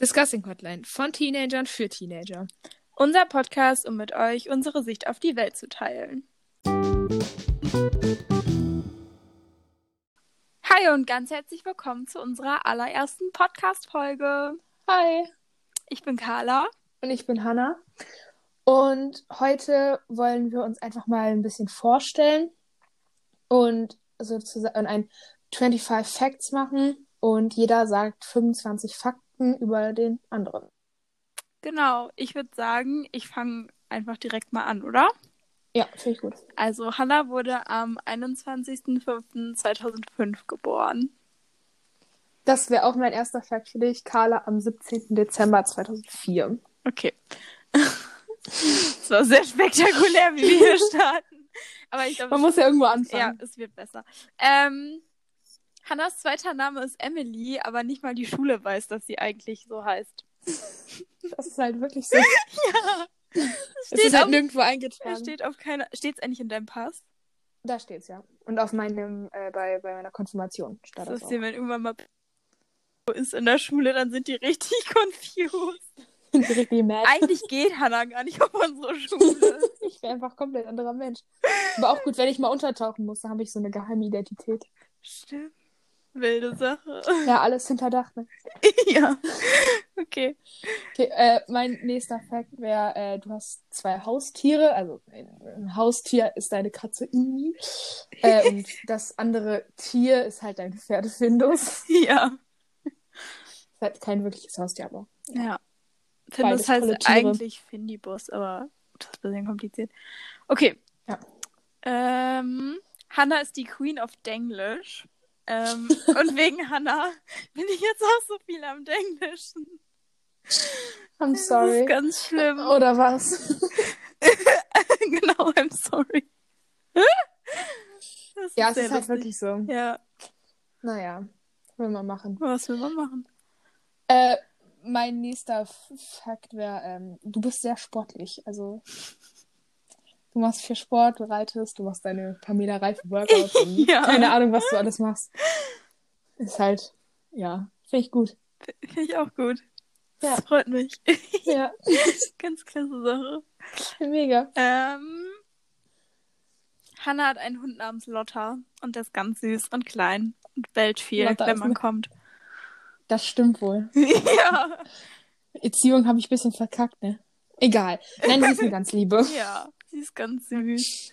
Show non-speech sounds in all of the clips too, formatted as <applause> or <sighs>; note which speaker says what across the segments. Speaker 1: Discussing Hotline von Teenagern für Teenager.
Speaker 2: Unser Podcast, um mit euch unsere Sicht auf die Welt zu teilen. Hi und ganz herzlich willkommen zu unserer allerersten Podcast-Folge.
Speaker 1: Hi,
Speaker 2: Ich bin Carla.
Speaker 1: und ich bin Hanna. Und heute wollen wir uns einfach mal ein bisschen vorstellen und sozusagen ein 25 Facts machen und jeder sagt 25 Fakten über den anderen.
Speaker 2: Genau, ich würde sagen, ich fange einfach direkt mal an, oder?
Speaker 1: Ja, finde ich gut.
Speaker 2: Also, Hannah wurde am 21.05.2005 geboren.
Speaker 1: Das wäre auch mein erster Fact für dich, Carla, am 17. Dezember 2004.
Speaker 2: Okay. das war sehr spektakulär, wie wir hier starten. Aber ich glaube,
Speaker 1: Man muss ja irgendwo
Speaker 2: Ja,
Speaker 1: anfangen.
Speaker 2: es wird besser. Ähm, Hannas zweiter Name ist Emily, aber nicht mal die Schule weiß, dass sie eigentlich so
Speaker 1: <laughs>
Speaker 2: heißt.
Speaker 1: Das ist halt wirklich <laughs> so.
Speaker 2: Es
Speaker 1: Es
Speaker 2: steht,
Speaker 1: ist halt
Speaker 2: auf,
Speaker 1: nirgendwo
Speaker 2: es
Speaker 1: eingetragen.
Speaker 2: steht auf keiner. Steht es eigentlich in deinem Pass?
Speaker 1: Da steht's, ja. Und auf meinem, äh, bei, bei meiner Konfirmation stand
Speaker 2: Das
Speaker 1: das
Speaker 2: ist
Speaker 1: auch.
Speaker 2: dir, wenn irgendwann mal ist in der Schule, dann sind die richtig <laughs> confused.
Speaker 1: <laughs> Bin direkt wie mad.
Speaker 2: Eigentlich geht Hannah gar nicht auf unsere
Speaker 1: <laughs>
Speaker 2: Schule.
Speaker 1: Ich wäre einfach komplett anderer Mensch. Aber auch gut, wenn ich mal untertauchen muss, dann habe ich so eine geheime Identität.
Speaker 2: Stimmt. Wilde Sache. <laughs>
Speaker 1: Ja, alles hinterdacht. Ne?
Speaker 2: ja. Okay.
Speaker 1: Okay, äh, mein nächster Fact wäre, äh, du hast zwei Haustiere. Also ein- ein Haustier ist deine Katze Imi. Äh,
Speaker 2: <laughs>
Speaker 1: und das andere Tier ist halt dein Pferdefindus.
Speaker 2: <laughs> Ja.
Speaker 1: Ist halt kein wirkliches Haustier, aber.
Speaker 2: Ja.
Speaker 1: Beides
Speaker 2: Findus heißt
Speaker 1: tolle Tiere.
Speaker 2: eigentlich Findibus, aber das ist ein bisschen kompliziert. Okay.
Speaker 1: Ja.
Speaker 2: Ähm, Hannah ist die Queen of Denglisch.
Speaker 1: <laughs>
Speaker 2: Ähm, und wegen Hannah bin ich jetzt auch so viel am Denglischen.
Speaker 1: I'm
Speaker 2: Das
Speaker 1: sorry. Oh.
Speaker 2: ist ganz schlimm.
Speaker 1: Oder was?
Speaker 2: <laughs> genau, I'm sorry. das
Speaker 1: Ja, es
Speaker 2: sehr
Speaker 1: ist halt
Speaker 2: lustig.
Speaker 1: wirklich so.
Speaker 2: Ja,
Speaker 1: Naja, will man machen.
Speaker 2: was will man machen?
Speaker 1: Äh, mein nächster F- Fakt wäre, ähm, du bist sehr sportlich. Also, du machst viel Sport, du reitest, du machst deine Pamela Reife Workouts und
Speaker 2: Ja.
Speaker 1: keine Ahnung, was du alles machst. Ist halt, ja, finde ich gut.
Speaker 2: Finde ich auch gut.
Speaker 1: Ja.
Speaker 2: Das freut mich.
Speaker 1: Ja,
Speaker 2: ganz klasse Sache.
Speaker 1: mega.
Speaker 2: Ähm, Hannah hat einen Hund namens Lotta und der ist ganz süß und klein und bellt viel,
Speaker 1: Lotta
Speaker 2: wenn
Speaker 1: ist
Speaker 2: man
Speaker 1: eine-
Speaker 2: <laughs> kommt.
Speaker 1: Das stimmt wohl.
Speaker 2: ja,
Speaker 1: Erziehung habe ich ein bisschen verkackt, ne? Egal. Nein, sie ist eine ganz
Speaker 2: <laughs>
Speaker 1: liebe.
Speaker 2: ja, sie ist ganz süß.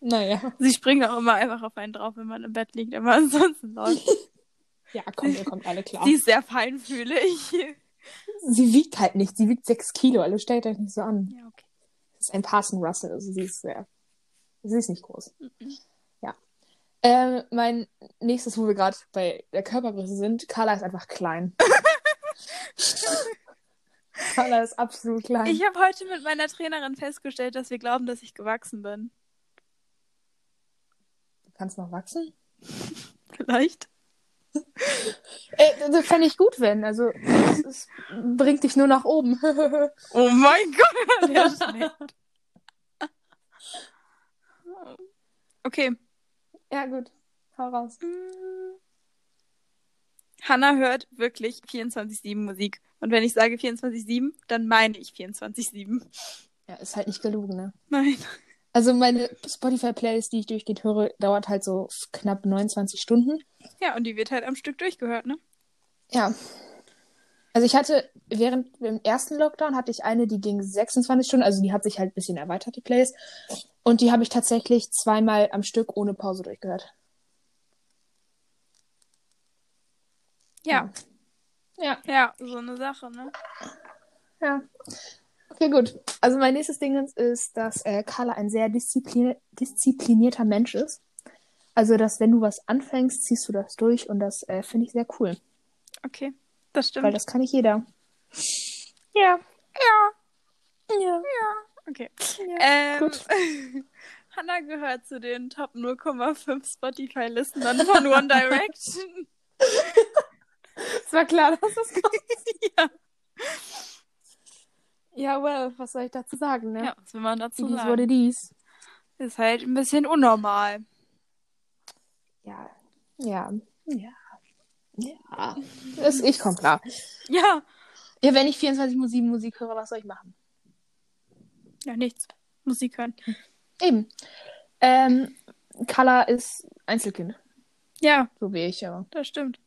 Speaker 1: Naja.
Speaker 2: Sie springt auch immer einfach auf einen drauf, wenn man im Bett liegt, aber <laughs> ansonsten läuft.
Speaker 1: Ja, komm, ihr kommt alle klar.
Speaker 2: Sie
Speaker 1: Sie,
Speaker 2: ist sehr feinfühlig. <laughs>
Speaker 1: wiegt halt nicht. Sie wiegt sechs Kilo. Also stellt euch nicht so an.
Speaker 2: Ja, okay.
Speaker 1: ist ein Parson Russell, also sie ist sehr, sie ist nicht groß. Ja. Ähm, mein nächstes, wo wir gerade bei der Körpergröße sind, Carla ist einfach klein. Carla ist absolut klein.
Speaker 2: Ich habe heute mit meiner Trainerin festgestellt, dass wir glauben, dass ich gewachsen bin.
Speaker 1: Du kannst noch wachsen.
Speaker 2: Vielleicht.
Speaker 1: Äh, das fände ich gut, wenn. Also, es es bringt dich nur nach oben. <laughs>
Speaker 2: Oh mein <laughs> Gott, der ist schlecht. Okay.
Speaker 1: ja, gut. Hau raus.
Speaker 2: Hannah hört wirklich 24-7 Musik. Und wenn ich sage 24-7, dann meine ich 24-7.
Speaker 1: Ja, ist halt nicht gelogen, ne?
Speaker 2: <laughs> Nein.
Speaker 1: Also, meine Spotify-Playlist, die ich durchgeht höre, dauert halt so knapp 29 Stunden.
Speaker 2: Ja, und die wird halt am Stück durchgehört, ne?
Speaker 1: Ja. Also ich hatte während im ersten Lockdown hatte ich eine, die ging 26 Stunden, also die hat sich halt ein bisschen erweitert, die Plays. Und die habe ich tatsächlich zweimal am Stück ohne Pause durchgehört.
Speaker 2: Ja.
Speaker 1: Ja.
Speaker 2: Ja, so eine Sache, ne?
Speaker 1: Ja. Okay, gut. Also mein nächstes Ding ist- ist, dass äh, Carla ein sehr disziplin disziplinierter Mensch ist. Also, dass wenn du was anfängst, ziehst du das durch und das äh, finde ich sehr cool,
Speaker 2: Okay, das
Speaker 1: weil
Speaker 2: stimmt.
Speaker 1: das kann nicht jeder.
Speaker 2: Ja. Ja.
Speaker 1: Ja.
Speaker 2: Okay.
Speaker 1: Ja,
Speaker 2: ähm,
Speaker 1: gut.
Speaker 2: <laughs> Hannah gehört zu den Top 0,5 Spotify-Listenern von One Direction.
Speaker 1: Es war klar, dass das kommt.
Speaker 2: <laughs> ja.
Speaker 1: Ja, well, was soll ich dazu sagen, ne?
Speaker 2: <laughs> ja, was will man dazu
Speaker 1: Dies
Speaker 2: sagen?
Speaker 1: wurde dies.
Speaker 2: Ist halt ein bisschen unnormal.
Speaker 1: Ja, ja, ja. Ja. Das, ich komme klar.
Speaker 2: Ja.
Speaker 1: Ja, wenn ich 24-7 Musik höre, was soll ich machen?
Speaker 2: Ja, nichts. Musik hören.
Speaker 1: Eben. Ähm, Carla ist Einzelkind,
Speaker 2: Ja,
Speaker 1: so wie ich, aber
Speaker 2: das stimmt.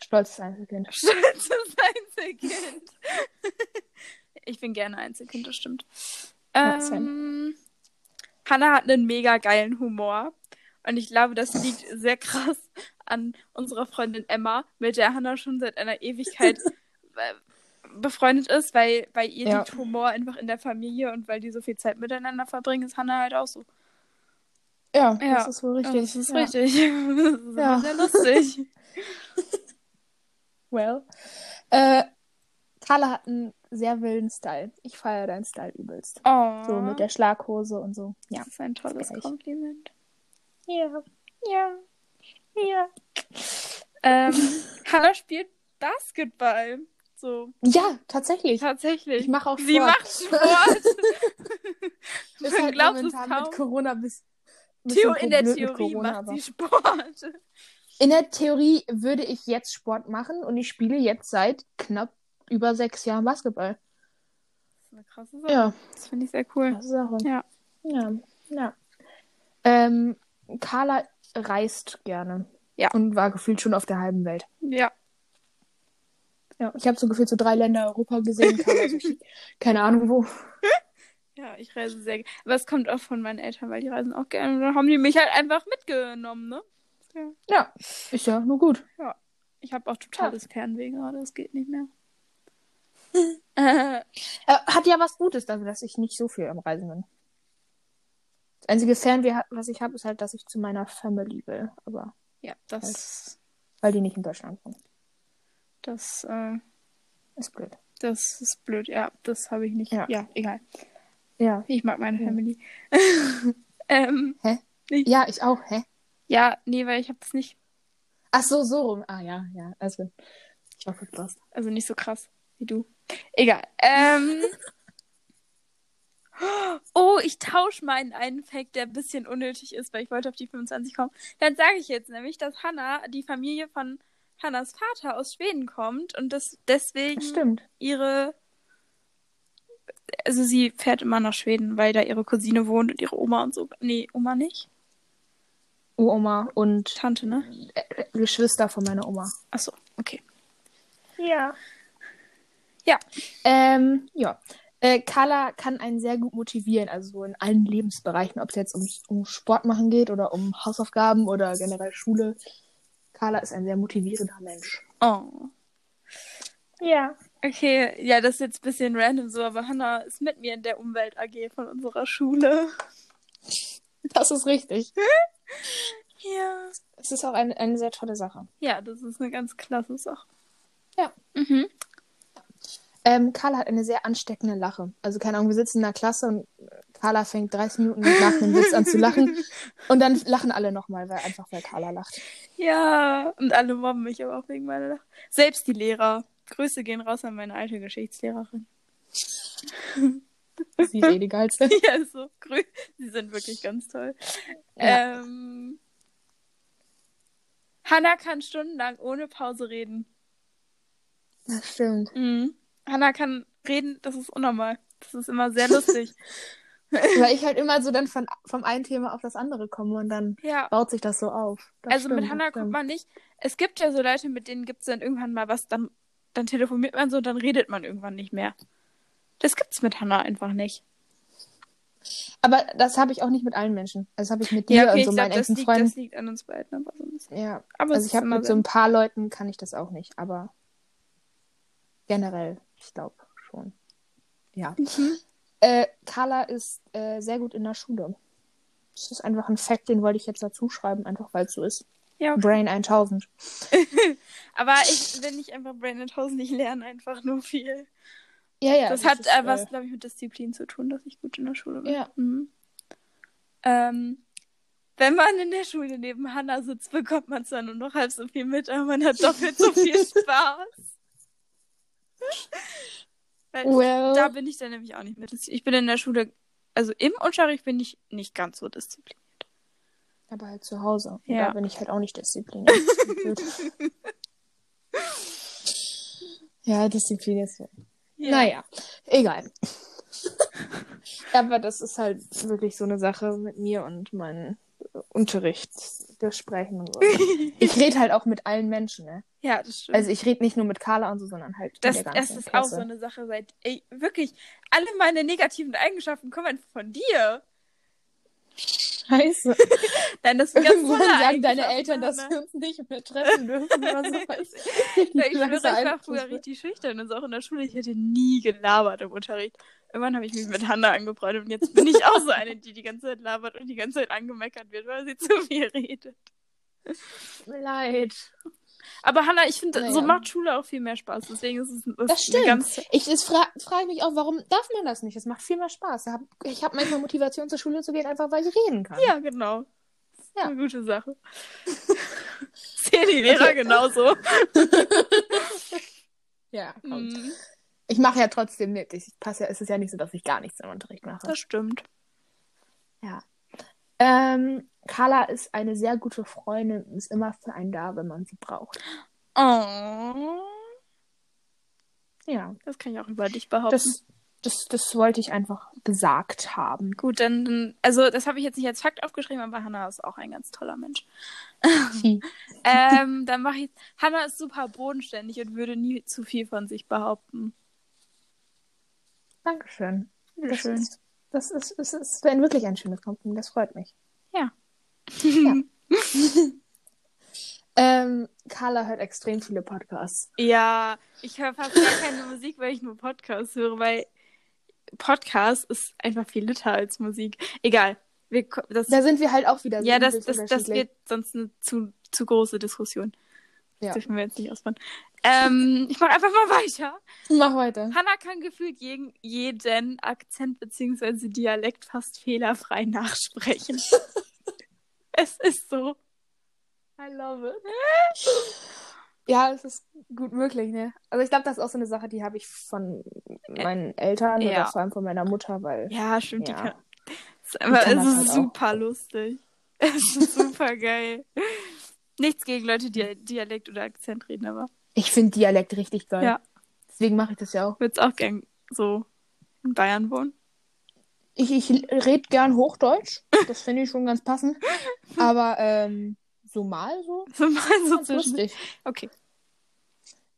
Speaker 1: stolzes Einzelkind.
Speaker 2: Stolzes Einzelkind. <laughs> ich bin gerne Einzelkind, das stimmt.
Speaker 1: Ja,
Speaker 2: Ähm, Hannah hat einen mega geilen Humor. Und ich glaube, das liegt sehr krass an unserer Freundin Emma, mit der Hannah schon seit
Speaker 1: <laughs>
Speaker 2: einer Ewigkeit äh, befreundet ist, weil bei ihr
Speaker 1: Ja.
Speaker 2: liegt Humor einfach in der Familie und weil die so viel Zeit miteinander verbringen, ist Hannah halt auch so.
Speaker 1: Ja,
Speaker 2: Ja,
Speaker 1: das ist wohl richtig.
Speaker 2: das ist
Speaker 1: ja.
Speaker 2: richtig. <laughs> Das ist
Speaker 1: Ja.
Speaker 2: immer sehr lustig.
Speaker 1: Well. Äh, Carla hat einen sehr wilden Style. Ich feiere deinen Style übelst.
Speaker 2: Oh,
Speaker 1: <laughs> So mit der Schlaghose und so. Ja.
Speaker 2: das ist ein tolles
Speaker 1: gleich.
Speaker 2: Kompliment.
Speaker 1: Ja.
Speaker 2: Ja. Ja. Ähm, <laughs> Hannah spielt Basketball. So,
Speaker 1: Ja, tatsächlich.
Speaker 2: tatsächlich.
Speaker 1: Ich mache auch Sport. <laughs>
Speaker 2: Sie macht Sport.
Speaker 1: Ist
Speaker 2: Man
Speaker 1: halt
Speaker 2: glaubt es
Speaker 1: momentan
Speaker 2: kaum.
Speaker 1: mit Corona bis. bis
Speaker 2: Theo
Speaker 1: ein
Speaker 2: in der
Speaker 1: Problem mit
Speaker 2: Theorie
Speaker 1: Corona,
Speaker 2: macht
Speaker 1: aber-
Speaker 2: sie <laughs> Sport.
Speaker 1: In der Theorie würde ich jetzt Sport machen und ich spiele jetzt seit knapp über sechs Jahren Basketball.
Speaker 2: Das ist eine krasse Sache.
Speaker 1: Ja,
Speaker 2: Das finde ich sehr cool.
Speaker 1: krasse Sache.
Speaker 2: Ja.
Speaker 1: Ja, ja. Ähm, Carla reist gerne.
Speaker 2: Ja.
Speaker 1: Und war gefühlt schon auf der halben Welt.
Speaker 2: Ja.
Speaker 1: Ja, ich habe so gefühlt so drei Länder Europa gesehen. Carla so,
Speaker 2: <laughs>
Speaker 1: keine Ahnung wo.
Speaker 2: Ja, ich reise sehr gerne. Aber es kommt auch von meinen Eltern, weil die reisen auch gerne. Und dann haben die mich halt einfach mitgenommen, ne?
Speaker 1: Ja, ist ja nur gut.
Speaker 2: Ich habe auch totales Fernweh gerade, es geht
Speaker 1: <laughs>
Speaker 2: nicht mehr. äh,
Speaker 1: Äh, hat ja was Gutes, dafür, dass ich nicht so viel am Reisen bin. Das einzige Fernweh, ha- was ich habe, ist halt, dass ich zu meiner Family will. Aber
Speaker 2: ja, das,
Speaker 1: weil die nicht in Deutschland wohnen.
Speaker 2: das, äh,
Speaker 1: Ist blöd.
Speaker 2: das ist blöd. Ja, das habe ich nicht.
Speaker 1: Ja.
Speaker 2: ja egal.
Speaker 1: Ja.
Speaker 2: Ich mag meine
Speaker 1: Ja.
Speaker 2: Family. <laughs> ähm,
Speaker 1: Ja, ich auch, hä?
Speaker 2: ja, nee, weil ich habe das nicht,
Speaker 1: Ach so, so rum. Ah ja, ja. Also, ich hoffe, du hast.
Speaker 2: also nicht so krass wie du. Egal. Ähm, <laughs> oh, ich tausche meinen einen Fact, der ein bisschen unnötig ist, weil ich wollte auf die 25 kommen. Dann sage ich jetzt nämlich, dass Hannah, die Familie von Hannas Vater aus Schweden kommt und das deswegen
Speaker 1: Stimmt.
Speaker 2: ihre. Also sie fährt immer nach Schweden, weil da ihre Cousine wohnt und ihre Oma und so. Nee, Oma nicht.
Speaker 1: Uroma und
Speaker 2: Tante, ne?
Speaker 1: äh, Geschwister von meiner Oma.
Speaker 2: Achso, okay.
Speaker 1: Ja.
Speaker 2: Ja.
Speaker 1: Ähm, ja. Äh, Carla kann einen sehr gut motivieren, also so in allen Lebensbereichen, ob es jetzt um, um Sport machen geht oder um Hausaufgaben oder generell Schule. Carla ist ein sehr motivierender Mensch.
Speaker 2: Oh.
Speaker 1: Ja.
Speaker 2: Okay, ja, das ist jetzt ein bisschen random so, aber Hannah ist mit mir in der Umwelt AG von unserer Schule.
Speaker 1: Das ist richtig.
Speaker 2: Ja.
Speaker 1: Es ist auch eine, eine sehr tolle Sache.
Speaker 2: Ja, das ist eine ganz klasse Sache.
Speaker 1: Ja.
Speaker 2: Mhm.
Speaker 1: Ähm, Carla hat eine sehr ansteckende Lache. Also keine Ahnung, wir sitzen in der Klasse und Carla fängt 30 Minuten nach einem Witz an zu <laughs> lachen und dann lachen alle nochmal, weil einfach weil Carla lacht.
Speaker 2: Ja, und alle mobben mich aber auch wegen meiner Lache. Selbst die Lehrer. Grüße gehen raus an meine alte Geschichtslehrerin. <laughs>
Speaker 1: Sie ist eh die geilste.
Speaker 2: ja, ist so grü. Sie sind wirklich ganz toll.
Speaker 1: <laughs> Ja.
Speaker 2: Ähm, Hannah kann stundenlang ohne Pause reden.
Speaker 1: Das stimmt.
Speaker 2: Mhm. Hannah kann reden, das ist unnormal. Das ist immer
Speaker 1: <laughs>
Speaker 2: sehr lustig.
Speaker 1: Weil ich halt immer so dann von, vom einen Thema auf das andere komme und dann
Speaker 2: ja.
Speaker 1: baut sich das so auf. Das
Speaker 2: also
Speaker 1: stimmt,
Speaker 2: mit
Speaker 1: das
Speaker 2: Hannah
Speaker 1: stimmt.
Speaker 2: kommt man nicht. Es gibt ja so Leute, mit denen gibt es dann irgendwann mal was, dann, dann telefoniert man so, dann redet man irgendwann nicht mehr. Das gibt's mit Hannah einfach nicht.
Speaker 1: Aber das habe ich auch nicht mit allen Menschen. Das habe ich mit dir und so
Speaker 2: ich
Speaker 1: meinen
Speaker 2: das,
Speaker 1: engsten
Speaker 2: liegt, das
Speaker 1: Freunden.
Speaker 2: liegt an uns beiden aber so ein bisschen.
Speaker 1: Ja,
Speaker 2: Aber es
Speaker 1: also ich
Speaker 2: ist
Speaker 1: habe
Speaker 2: immer
Speaker 1: mit so
Speaker 2: sehr-
Speaker 1: ein paar Leuten kann ich das auch nicht, aber generell, ich glaube schon. Ja.
Speaker 2: Mhm.
Speaker 1: Äh, Carla ist äh, sehr gut in der Schule. Das ist einfach ein Fact, den wollte ich jetzt dazu schreiben, einfach weil es so ist.
Speaker 2: Ja,
Speaker 1: Brain 1000.
Speaker 2: aber ich will nicht einfach Brandon Hosen, ich lerne einfach nur viel.
Speaker 1: Ja, ja.
Speaker 2: das, hat
Speaker 1: ist,
Speaker 2: äh, was,
Speaker 1: äh,
Speaker 2: glaube ich, mit Disziplin zu tun, dass ich gut in der Schule bin.
Speaker 1: Ja.
Speaker 2: Mhm. Ähm, wenn man in der Schule neben Hannah sitzt, bekommt man zwar nur noch halb so viel mit, aber man hat doppelt
Speaker 1: <laughs>
Speaker 2: so viel Spaß. Weil
Speaker 1: well,
Speaker 2: Da bin ich dann nämlich auch nicht mit. Ich bin in der Schule, also im Unterricht bin ich nicht ganz so diszipliniert.
Speaker 1: Aber halt zu Hause.
Speaker 2: Ja.
Speaker 1: Ja. Da bin ich halt auch nicht diszipliniert.
Speaker 2: <laughs>
Speaker 1: ja, diszipliniert.
Speaker 2: Ja.
Speaker 1: Naja, egal. <laughs> Aber das ist halt wirklich so eine Sache mit mir und meinen Unterrichtsgesprächen
Speaker 2: <laughs>
Speaker 1: und so. Ich rede halt auch mit allen Menschen, ne?
Speaker 2: Ja, das stimmt.
Speaker 1: Also ich rede nicht nur mit Carla und so, sondern halt
Speaker 2: das,
Speaker 1: mit der
Speaker 2: das
Speaker 1: ganzen
Speaker 2: ist auch
Speaker 1: Klasse.
Speaker 2: so eine Sache, seit ey, wirklich alle meine negativen Eigenschaften kommen von dir.
Speaker 1: Scheiße. <laughs>
Speaker 2: Nein, das sind ganz
Speaker 1: Irgendwann
Speaker 2: tolle
Speaker 1: sagen deine Eltern,
Speaker 2: Eigenschaften,
Speaker 1: dass
Speaker 2: ne?
Speaker 1: <laughs> wir uns nicht mehr treffen dürfen
Speaker 2: <laughs>
Speaker 1: oder so. weil
Speaker 2: Ja, ich schwöre,
Speaker 1: langsam
Speaker 2: ich war
Speaker 1: einfach-
Speaker 2: früher richtig schüchtern und so auch in der Schule. Ich hätte nie gelabert im Unterricht. Irgendwann habe ich mich mit Hanna angefreundet und jetzt bin ich auch so eine, die die ganze Zeit labert und die ganze Zeit angemeckert wird, weil sie <laughs> zu viel redet.
Speaker 1: Tut mir leid.
Speaker 2: Aber Hanna, ich finde, so
Speaker 1: Naja.
Speaker 2: macht Schule auch viel mehr Spaß. Deswegen ist es das
Speaker 1: Das stimmt.
Speaker 2: Ganz,
Speaker 1: Ich es fra frage mich auch, warum darf man das nicht? Es macht viel mehr Spaß. Hab- Ich habe manchmal Motivation, zur Schule zu gehen, einfach weil ich reden kann.
Speaker 2: ja, genau.
Speaker 1: Ja.
Speaker 2: Eine
Speaker 1: <laughs>
Speaker 2: gute Sache. Sehen die Lehrer genauso.
Speaker 1: Ja, kommt.
Speaker 2: Mhm.
Speaker 1: Ich mache ja trotzdem mit. Ich passe ja, es ist ja nicht so, dass ich gar nichts im Unterricht mache.
Speaker 2: Das stimmt.
Speaker 1: Ähm, Carla ist eine sehr gute Freundin und ist immer für einen da, wenn man sie braucht.
Speaker 2: Oh,
Speaker 1: Ja,
Speaker 2: das kann ich auch über dich behaupten.
Speaker 1: das, das, das wollte ich einfach gesagt
Speaker 2: <laughs>
Speaker 1: haben.
Speaker 2: Gut, dann, dann also das habe ich jetzt nicht als Fakt aufgeschrieben, aber Hannah ist auch ein ganz toller Mensch.
Speaker 1: Hm. <laughs>
Speaker 2: ähm, dann mache ich. Hannah ist super bodenständig und würde nie zu viel von sich behaupten.
Speaker 1: Dankeschön. Das
Speaker 2: Bitteschön.
Speaker 1: ist, das ist, es ist ein, wirklich ein schönes Kompliment. Das freut mich.
Speaker 2: Ja. <laughs>
Speaker 1: Ja. <laughs> ähm, Carla hört extrem viele Podcasts.
Speaker 2: Ja, ich höre fast gar keine Musik, weil ich nur Podcasts höre, weil Podcast ist einfach viel litter als Musik. Egal. Wir, ko- das,
Speaker 1: Da sind wir halt auch wieder so
Speaker 2: ja, das,
Speaker 1: übelst
Speaker 2: das, das
Speaker 1: unterschiedlich.
Speaker 2: wird sonst eine zu, zu große Diskussion. Das
Speaker 1: Ja.
Speaker 2: dürfen wir jetzt nicht ausbauen. Ähm, ich mache einfach mal weiter.
Speaker 1: Mach weiter.
Speaker 2: Hannah kann gefühlt jeden, jeden Akzent bzw. Dialekt fast fehlerfrei
Speaker 1: <laughs>
Speaker 2: nachsprechen. es ist so. I love it.
Speaker 1: <laughs> Ja, es ist gut möglich, ne? Also ich glaube, das ist auch so eine Sache, die habe ich von meinen Eltern
Speaker 2: Ja.
Speaker 1: oder vor allem von meiner Mutter, weil
Speaker 2: Ja, stimmt. Die
Speaker 1: Ja.
Speaker 2: kann, es ist, einfach,
Speaker 1: kann
Speaker 2: es
Speaker 1: das
Speaker 2: ist
Speaker 1: halt auch.
Speaker 2: super lustig. <laughs> Es ist super geil. Nichts gegen Leute, die Dialekt oder Akzent reden, aber
Speaker 1: ich finde Dialekt richtig geil.
Speaker 2: Ja.
Speaker 1: Deswegen mache ich das ja auch.
Speaker 2: ich würde es auch gern so in Bayern wohnen. <laughs>
Speaker 1: Ich, ich rede gern Hochdeutsch. Das finde ich schon ganz passend. Aber ähm, so mal so.
Speaker 2: So mal so
Speaker 1: Ganz
Speaker 2: zwischen.
Speaker 1: lustig.
Speaker 2: Okay.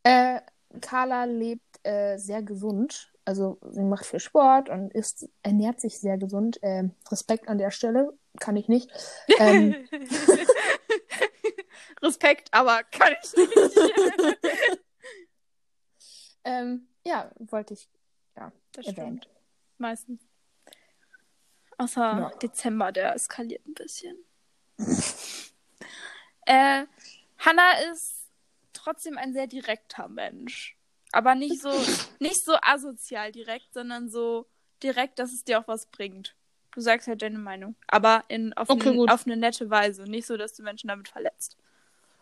Speaker 1: Äh, Carla lebt äh, sehr gesund. Also sie macht viel Sport und isst, ernährt sich sehr gesund. Ähm, Respekt an der Stelle. Kann ich nicht. Ähm,
Speaker 2: <laughs> Respekt, aber kann ich nicht.
Speaker 1: ähm, ja, wollte ich
Speaker 2: das
Speaker 1: erwähnen.
Speaker 2: stimmt. Meistens. Außer
Speaker 1: Ja.
Speaker 2: Dezember, der eskaliert ein bisschen. <laughs> äh, Hannah ist trotzdem ein sehr direkter Mensch. Aber
Speaker 1: <laughs>
Speaker 2: nicht so, nicht so asozial direkt, sondern so direkt, dass es dir auch was bringt. Du sagst halt deine Meinung. Aber in, auf,
Speaker 1: Okay,
Speaker 2: ne-
Speaker 1: gut.
Speaker 2: auf eine nette Weise. Nicht so, dass du Menschen damit verletzt.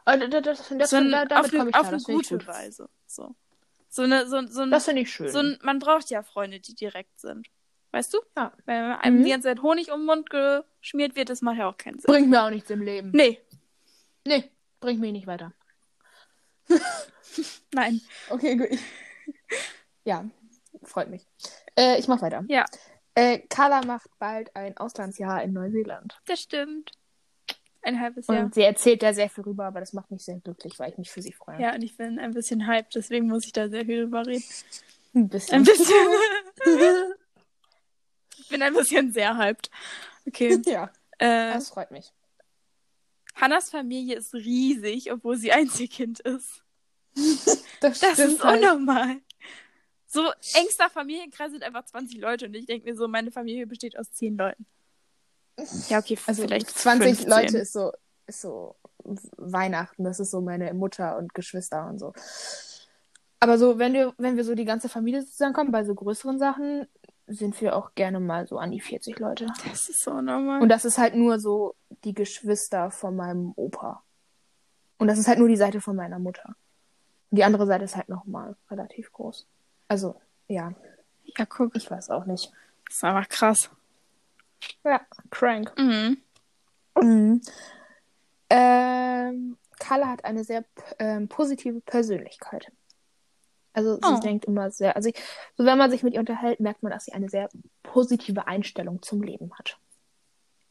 Speaker 1: Also, das, das, das,
Speaker 2: so ein,
Speaker 1: da-
Speaker 2: auf
Speaker 1: damit
Speaker 2: eine,
Speaker 1: komme ich
Speaker 2: auf
Speaker 1: klar,
Speaker 2: eine
Speaker 1: das finde ich
Speaker 2: gute
Speaker 1: gut.
Speaker 2: Weise. So. So eine, so, so ein,
Speaker 1: Das finde ich schön.
Speaker 2: so ein, man braucht ja Freunde, die direkt sind. Weißt du?
Speaker 1: Ja.
Speaker 2: Wenn einem
Speaker 1: Mhm.
Speaker 2: die ganze Zeit Honig um den Mund geschmiert wird, das macht ja auch keinen Sinn.
Speaker 1: bringt mir auch nichts im Leben.
Speaker 2: Nee,
Speaker 1: Nee, bringt mich nicht weiter.
Speaker 2: nein.
Speaker 1: Okay, gut. <laughs> Ja, freut mich. Äh, ich mach weiter.
Speaker 2: Ja.
Speaker 1: Äh, Carla macht bald ein Auslandsjahr in Neuseeland.
Speaker 2: Das stimmt. Ein halbes
Speaker 1: Und
Speaker 2: Jahr.
Speaker 1: sie erzählt da sehr viel rüber, aber das macht mich sehr glücklich, weil ich mich für sie freue.
Speaker 2: Ja, und ich bin ein bisschen hyped, deswegen muss ich da sehr viel drüber <laughs> reden.
Speaker 1: Ein
Speaker 2: Ein
Speaker 1: bisschen.
Speaker 2: bisschen. ich bin ein bisschen sehr hyped. <laughs> Okay.
Speaker 1: <laughs> ja,
Speaker 2: Äh,
Speaker 1: das freut mich.
Speaker 2: Hannas Familie ist riesig, obwohl sie Einzelkind ist. Das
Speaker 1: stimmt
Speaker 2: ist
Speaker 1: halt.
Speaker 2: unnormal. So engster Familienkreis sind einfach 20 Leute und ich denke mir so, meine Familie besteht aus 10 Leuten. Ja, okay,
Speaker 1: Also
Speaker 2: vielleicht
Speaker 1: 20
Speaker 2: 15.
Speaker 1: Leute ist so, ist so Weihnachten, das ist so meine Mutter und Geschwister und so. Aber so, wenn wir, wenn wir so die ganze Familie zusammenkommen, bei so größeren Sachen, sind wir auch gerne mal so an die 40 Leute.
Speaker 2: Das ist so normal.
Speaker 1: Und das ist halt nur so die Geschwister von meinem Opa. Und das ist halt nur die Seite von meiner Mutter. Und die andere Seite ist halt nochmal relativ groß. Also, ja,
Speaker 2: ja, guck,
Speaker 1: ich weiß auch nicht.
Speaker 2: das ist einfach krass.
Speaker 1: Ja, crank.
Speaker 2: Mhm.
Speaker 1: Mhm. Ähm, Carla hat eine sehr p- ähm, positive Persönlichkeit. Also sie
Speaker 2: Oh.
Speaker 1: denkt immer sehr, also ich, so wenn man sich mit ihr unterhält, merkt man, dass sie eine sehr positive Einstellung zum Leben hat.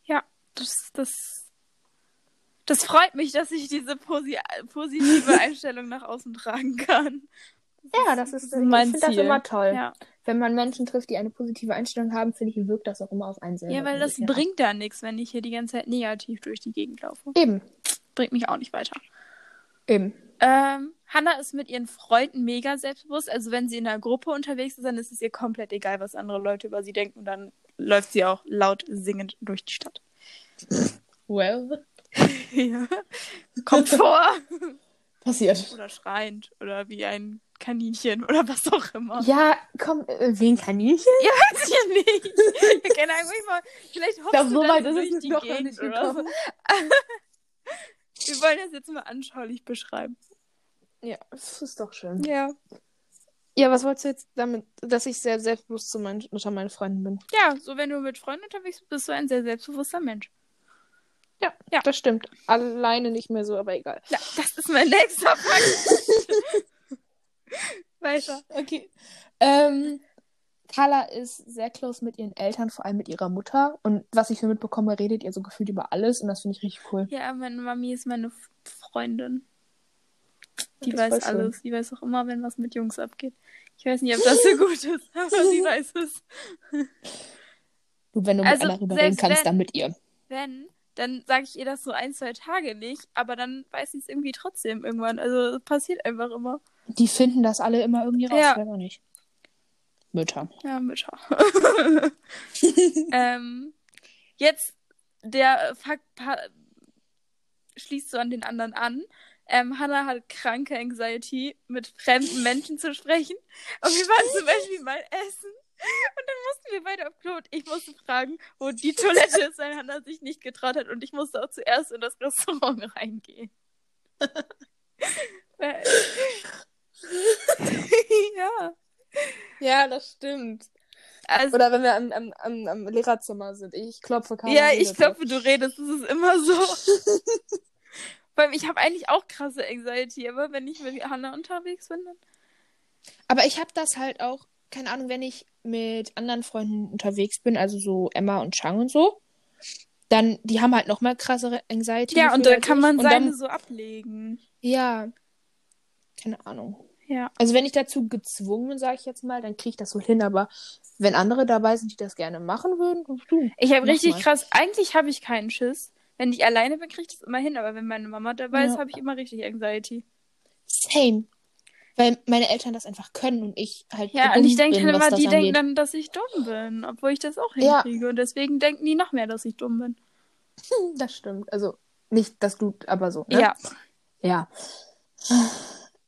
Speaker 2: Ja, das, das, das freut mich, dass ich diese posi <laughs> positive Einstellung nach außen tragen kann.
Speaker 1: Ja, das ist,
Speaker 3: mein
Speaker 1: ich finde das
Speaker 3: Ziel.
Speaker 1: immer toll.
Speaker 2: Ja,
Speaker 1: Wenn man Menschen trifft, die eine positive Einstellung haben, finde ich, wirkt das auch immer auf einen selber.
Speaker 2: ja weil
Speaker 1: ein
Speaker 2: das
Speaker 1: bisschen.
Speaker 2: bringt da nichts, wenn ich hier die ganze Zeit negativ durch die Gegend laufe.
Speaker 1: Eben,
Speaker 2: Bringt mich auch nicht weiter.
Speaker 1: eben.
Speaker 2: Ähm, Hannah ist mit ihren Freunden mega selbstbewusst. Also wenn sie in einer Gruppe unterwegs ist, dann ist es ihr komplett egal, was andere Leute über sie denken. Und dann läuft sie auch laut singend durch die Stadt.
Speaker 1: Well,
Speaker 2: <laughs> Ja. Kommt vor.
Speaker 1: passiert.
Speaker 2: Oder schreiend. Oder wie ein Kaninchen. Oder was auch immer.
Speaker 1: Ja, komm, äh, wie ein Kaninchen?
Speaker 2: Ja, weiß ich nicht. Keine Ahnung, ich mal, vielleicht hoffst
Speaker 1: glaube,
Speaker 2: du
Speaker 1: so
Speaker 2: dann
Speaker 1: weit ist
Speaker 2: durch
Speaker 1: es
Speaker 2: die
Speaker 1: noch
Speaker 2: Gegend
Speaker 1: nicht
Speaker 2: oder
Speaker 1: gekommen.
Speaker 2: so. Wir wollen das jetzt mal anschaulich beschreiben.
Speaker 1: Ja, das ist doch schön.
Speaker 2: Ja.
Speaker 1: Ja, was wolltest du jetzt damit, dass ich sehr selbstbewusst zu meinen, unter meinen Freunden bin?
Speaker 2: Ja, so wenn du mit Freunden unterwegs bist, bist du ein sehr selbstbewusster Mensch.
Speaker 1: Ja,
Speaker 2: Ja.
Speaker 1: das stimmt. Alleine nicht mehr so, aber egal.
Speaker 2: Ja, das ist mein
Speaker 1: <laughs>
Speaker 2: nächster Fakt. Weiter.
Speaker 1: Okay. Ähm, Carla ist sehr close mit ihren Eltern, vor allem mit ihrer Mutter. Und was ich so mitbekomme, redet ihr so gefühlt über alles und das finde ich richtig cool.
Speaker 2: Ja, meine Mami ist meine F- Freundin.
Speaker 1: Das
Speaker 2: Die
Speaker 1: ist
Speaker 2: weiß
Speaker 1: voll schön.
Speaker 2: alles. Die weiß auch immer, wenn was mit Jungs abgeht. Ich weiß nicht, ob das so gut ist, aber
Speaker 1: <laughs>
Speaker 2: sie weiß es.
Speaker 1: Du, wenn du mit
Speaker 2: Also,
Speaker 1: einer darüber reden
Speaker 2: selbst
Speaker 1: kannst,
Speaker 2: wenn-
Speaker 1: dann mit ihr.
Speaker 2: Wenn, dann sage ich ihr das so ein, zwei Tage nicht, aber dann weiß sie es irgendwie trotzdem irgendwann. Also es passiert einfach immer.
Speaker 1: Die finden das alle immer irgendwie raus,
Speaker 2: Ja.
Speaker 1: ich weiß auch nicht. Mütter.
Speaker 2: Ja, Mütter. ähm, jetzt der äh, Fakt pa- schließt so an den anderen an. Ähm, Hannah hat kranke Anxiety, mit fremden Menschen zu sprechen. Und wir waren zum Beispiel mal essen. Und dann mussten wir beide auf Klo und ich musste fragen, wo die Toilette ist, weil Hannah sich nicht getraut hat. Und ich musste auch zuerst in das Restaurant <laughs> reingehen. Weil- <laughs> ja.
Speaker 1: Ja, das stimmt.
Speaker 2: Also,
Speaker 1: Oder wenn wir am, am, am, am Lehrerzimmer sind. Ich klopfe Carla.
Speaker 2: Ja, ich glaube, du redest, es ist immer so. <laughs> Weil ich habe eigentlich auch krasse Anxiety, aber wenn ich mit Hannah unterwegs bin, dann.
Speaker 1: Aber ich habe das halt auch, keine Ahnung, wenn ich mit anderen Freunden unterwegs bin, also so Emma und Chang und so, dann, die haben halt nochmal krassere Anxiety.
Speaker 2: Ja, und dann kann man seine
Speaker 1: sein.
Speaker 2: so ablegen.
Speaker 1: Ja. Keine Ahnung.
Speaker 2: Ja.
Speaker 1: Also wenn ich dazu gezwungen bin, sage ich jetzt mal, dann kriege ich das so hin. Aber wenn andere dabei sind, die das gerne machen würden, du.
Speaker 2: Ich habe
Speaker 1: Mach
Speaker 2: richtig
Speaker 1: mal.
Speaker 2: krass, eigentlich habe ich keinen Schiss. Wenn ich alleine bin, kriege ich das immer hin, aber wenn meine Mama dabei
Speaker 1: Ja.
Speaker 2: ist, habe ich immer richtig Anxiety.
Speaker 1: Same. Weil meine Eltern das einfach können und ich halt.
Speaker 2: Ja,
Speaker 1: dumm
Speaker 2: und ich denke
Speaker 1: bin,
Speaker 2: dann
Speaker 1: was
Speaker 2: immer,
Speaker 1: das
Speaker 2: die denken
Speaker 1: angeht.
Speaker 2: dann, dass ich dumm bin, obwohl ich das auch
Speaker 1: Ja.
Speaker 2: hinkriege. Und deswegen denken die noch mehr, dass ich dumm bin.
Speaker 1: Das stimmt. Also nicht, dass du, aber so. Ne?
Speaker 2: Ja.
Speaker 1: Ja.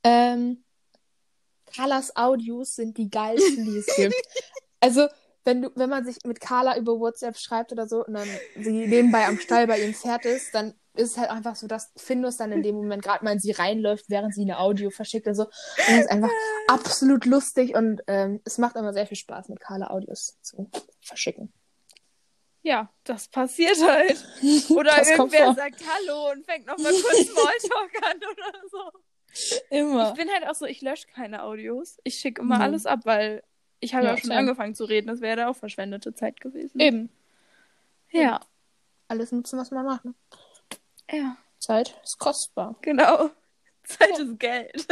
Speaker 1: Ähm, Carlas Audios sind die geilsten, die es
Speaker 2: <laughs>
Speaker 1: gibt. Also, wenn du, wenn man sich mit Carla über WhatsApp schreibt oder so und dann sie nebenbei am Stall bei ihrem Pferd ist, dann ist es halt einfach so, dass Findus dann in dem Moment gerade mal in sie reinläuft, während sie eine Audio verschickt oder so. Und das ist einfach absolut lustig und ähm, es macht immer sehr viel Spaß, mit Carla Audios zu verschicken.
Speaker 2: Ja, das passiert
Speaker 1: <laughs>
Speaker 2: halt. Oder
Speaker 1: Das kommt
Speaker 2: irgendwer
Speaker 1: vor.
Speaker 2: sagt Hallo und fängt
Speaker 1: <laughs>
Speaker 2: nochmal kurz Smalltalk an oder so.
Speaker 1: Immer.
Speaker 2: Ich bin halt auch so, ich lösche keine Audios. Ich schicke immer
Speaker 1: Mhm.
Speaker 2: alles ab, weil ich habe
Speaker 1: Ja,
Speaker 2: ja, schon
Speaker 1: klar.
Speaker 2: angefangen zu reden. Das wäre ja auch verschwendete Zeit gewesen.
Speaker 1: Eben.
Speaker 2: Ja,
Speaker 1: Alles nutzen, was man macht. Ne?
Speaker 2: ja,
Speaker 1: Zeit ist kostbar. <laughs>
Speaker 2: genau. Zeit ist Geld.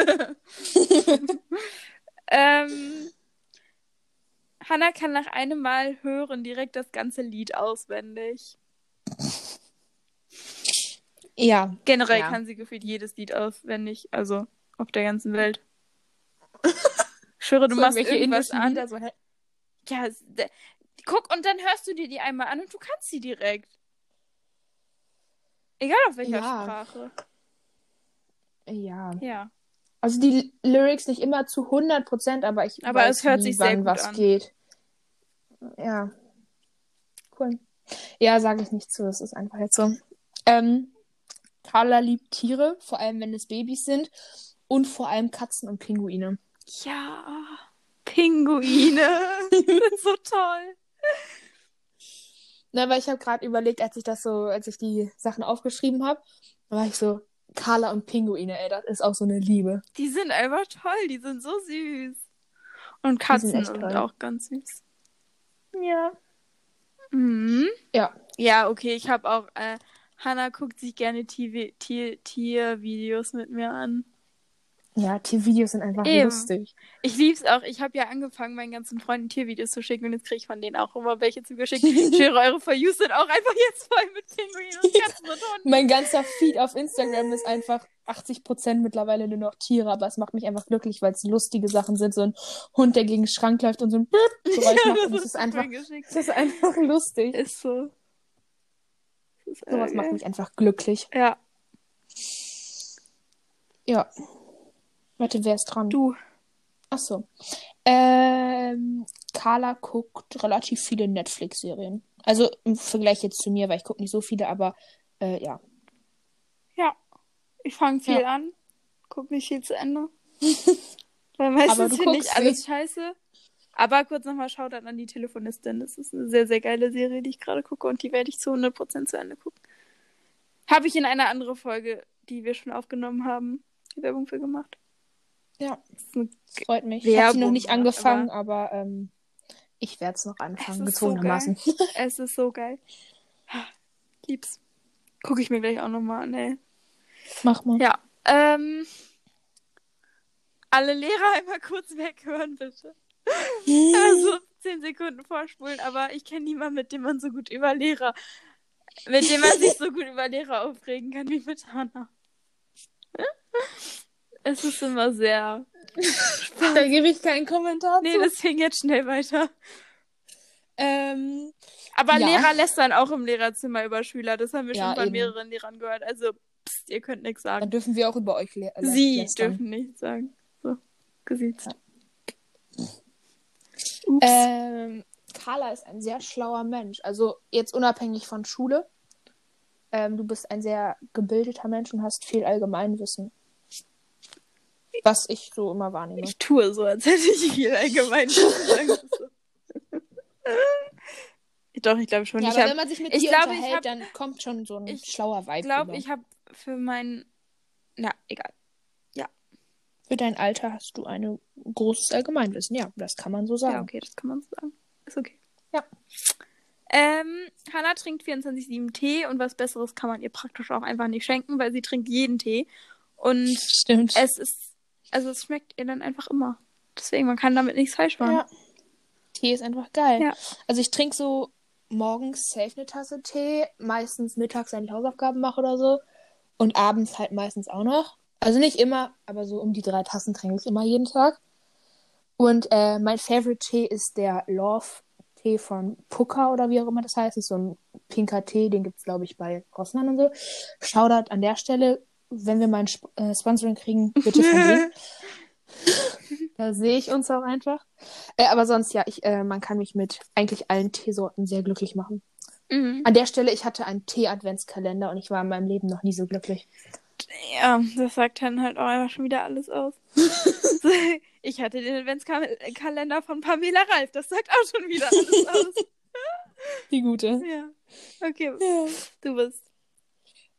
Speaker 2: ähm, Hannah kann nach einem Mal hören direkt das ganze Lied auswendig.
Speaker 1: Ja.
Speaker 2: Generell
Speaker 1: Ja.
Speaker 2: kann sie gefühlt jedes Lied auswendig, also auf der
Speaker 1: <laughs>
Speaker 2: ganzen Welt. Ich schwöre, du machst irgendwas an.
Speaker 1: so, hä?
Speaker 2: Ja, es- de- guck, und dann hörst du dir die einmal an und du kannst sie direkt. Egal auf welcher
Speaker 1: Ja.
Speaker 2: Sprache.
Speaker 1: Ja.
Speaker 2: Ja.
Speaker 1: Also die Lyrics nicht immer zu 100 Prozent, aber ich
Speaker 2: Aber es hört sich sehr gut
Speaker 1: was
Speaker 2: an.
Speaker 1: geht. Ja. Cool. Ja, sage ich nicht zu, es ist einfach jetzt so. Ähm, Carla liebt Tiere, vor allem wenn es Babys sind und vor allem Katzen und Pinguine.
Speaker 2: Ja.
Speaker 1: <laughs>
Speaker 2: Pinguine. sind so toll.
Speaker 1: Na, Ne, weil ich habe gerade überlegt, als ich das so, als ich die Sachen aufgeschrieben habe, da war ich so, Carla und Pinguine, ey, das ist auch so eine Liebe.
Speaker 2: Die sind einfach toll, die sind so süß. Und Katzen
Speaker 1: echt
Speaker 2: sind,
Speaker 1: toll.
Speaker 2: auch ganz süß.
Speaker 1: Ja.
Speaker 2: Mhm.
Speaker 1: Ja.
Speaker 2: Ja, okay, ich habe auch. Äh, Hannah guckt sich gerne Tier- Tier- Tiervideos mit mir an.
Speaker 1: Ja, Tiervideos sind einfach
Speaker 2: Eben.
Speaker 1: lustig.
Speaker 2: Ich lieb's auch. Ich habe ja angefangen, meinen ganzen Freunden Tiervideos zu schicken und jetzt kriege ich von denen auch immer welche zugeschickt.
Speaker 1: <laughs>
Speaker 2: Ich schwöre, eure For You sind auch einfach jetzt voll mit Pinguinen und Katzen und Hunden.
Speaker 1: Mein ganzer Feed auf Instagram ist einfach 80% mittlerweile nur noch Tiere, aber es macht mich einfach glücklich, weil es lustige Sachen sind. So ein Hund, der gegen den Schrank läuft und so ein Geräusch
Speaker 2: <laughs>
Speaker 1: macht. Und das ist
Speaker 2: super
Speaker 1: einfach, <laughs>
Speaker 2: geschickt.
Speaker 1: das ist einfach lustig.
Speaker 2: Ist so. Das ist
Speaker 1: Sowas
Speaker 2: äh,
Speaker 1: macht mich einfach glücklich.
Speaker 2: Ja,
Speaker 1: Ja. Warte, wer ist dran?
Speaker 2: du.
Speaker 1: Ach so. Ähm, Carla guckt relativ viele Netflix-Serien. Also im Vergleich jetzt zu mir, weil ich gucke nicht so viele, aber äh, ja.
Speaker 2: Ja. Ich fange viel an, guck nicht viel
Speaker 1: <laughs>
Speaker 2: zu Ende. Weil meistens
Speaker 1: Aber du
Speaker 2: finde ich
Speaker 1: guckst
Speaker 2: alles
Speaker 1: sie.
Speaker 2: scheiße. Aber kurz nochmal Shoutout an die Telefonistin. Das ist eine sehr, sehr geile Serie, die ich gerade gucke und die werde ich zu 100% zu Ende gucken. Habe ich in einer anderen Folge, die wir schon aufgenommen haben, die Werbung für gemacht.
Speaker 1: Ja.
Speaker 2: Das ist eine
Speaker 1: Das freut mich. Ich habe sie noch
Speaker 2: Werbung,
Speaker 1: nicht angefangen, aber, ähm, ich werde es noch anfangen,
Speaker 2: Es ist so
Speaker 1: gezwungenermaßen.
Speaker 2: Es ist so geil. <sighs> Lieb's. Gucke ich mir gleich auch nochmal an, ey.
Speaker 1: Mach mal.
Speaker 2: Ja. Ähm, alle Lehrer einmal kurz weghören, bitte. Also 10 Sekunden vorspulen, aber ich kenne niemanden, mit dem man so gut über Lehrer, mit dem man sich so gut über Lehrer aufregen kann wie mit Hannah. Es ist immer
Speaker 1: Also
Speaker 2: sehr.
Speaker 1: <laughs>
Speaker 2: <laughs>
Speaker 1: Da gebe ich keinen Kommentar
Speaker 2: Nee, das ging jetzt schnell weiter.
Speaker 1: ähm,
Speaker 2: Aber
Speaker 1: Ja.
Speaker 2: Lehrer lästern auch im Lehrerzimmer über Schüler. Das haben wir
Speaker 1: Ja,
Speaker 2: schon von
Speaker 1: eben.
Speaker 2: mehreren Lehrern gehört. Also, pst, ihr könnt nichts
Speaker 1: dann
Speaker 2: sagen.
Speaker 1: dürfen wir auch über euch le le-
Speaker 2: Sie
Speaker 1: lästern.
Speaker 2: dürfen nichts sagen. So, gesiezt. Ups.
Speaker 1: Ähm, Carla ist ein sehr schlauer Mensch. Also jetzt unabhängig von Schule. Ähm, du bist ein sehr gebildeter Mensch und hast viel Allgemeinwissen. Was ich so immer wahrnehme.
Speaker 2: ich tue so, als hätte ich viel allgemein gesagt. <laughs> Doch, ich glaube schon.
Speaker 1: ja,
Speaker 2: ich
Speaker 1: aber wenn
Speaker 2: habe,
Speaker 1: man sich mit
Speaker 2: ich
Speaker 1: dir
Speaker 2: glaube, ich
Speaker 1: unterhält,
Speaker 2: hab-
Speaker 1: dann kommt schon so ein
Speaker 2: ich
Speaker 1: schlauer Vibe
Speaker 2: glaube,
Speaker 1: rüber.
Speaker 2: ich habe für mein. Na, egal.
Speaker 1: Für dein Alter hast du ein großes Allgemeinwissen. Ja, das kann man so
Speaker 2: Ja,
Speaker 1: sagen.
Speaker 2: okay, das kann man so sagen. Ist okay.
Speaker 1: Ja.
Speaker 2: Ähm, Hannah trinkt 24-7 Tee und was Besseres kann man ihr praktisch auch einfach nicht schenken, weil sie trinkt jeden Tee. Und
Speaker 1: Stimmt.
Speaker 2: es ist, also es schmeckt ihr dann einfach immer. Deswegen, man kann damit nichts falsch machen.
Speaker 1: Ja. Tee ist einfach geil.
Speaker 2: Ja.
Speaker 1: Also ich trinke so morgens safe eine Tasse Tee, meistens mittags, wenn ich Hausaufgaben mache oder so. Und abends halt meistens auch noch. Also nicht immer, aber so um die drei Tassen trinke ich immer jeden Tag. Und äh, mein Favorite Tee ist der Love Tee von Puka oder wie auch immer das heißt. Ist so ein pinker Tee, den gibt's glaube ich, bei Rossmann und so. Shoutout an der Stelle. Wenn wir mal ein Sp äh, Sponsoring kriegen, bitte von <laughs> denen. Da sehe ich uns auch einfach. Äh, aber sonst, ja, ich, äh, man kann mich mit eigentlich allen Teesorten sehr glücklich machen.
Speaker 2: Mhm.
Speaker 1: An der Stelle, ich hatte einen Tee-Adventskalender und ich war in meinem Leben noch nie so glücklich.
Speaker 2: Ja, das sagt dann halt auch einfach schon wieder alles <laughs> aus. ich hatte den Adventskalender von Pamela Ralf, das sagt auch schon wieder alles aus.
Speaker 1: Die gute.
Speaker 2: <laughs> Ja. Okay,
Speaker 1: Ja.
Speaker 2: du bist.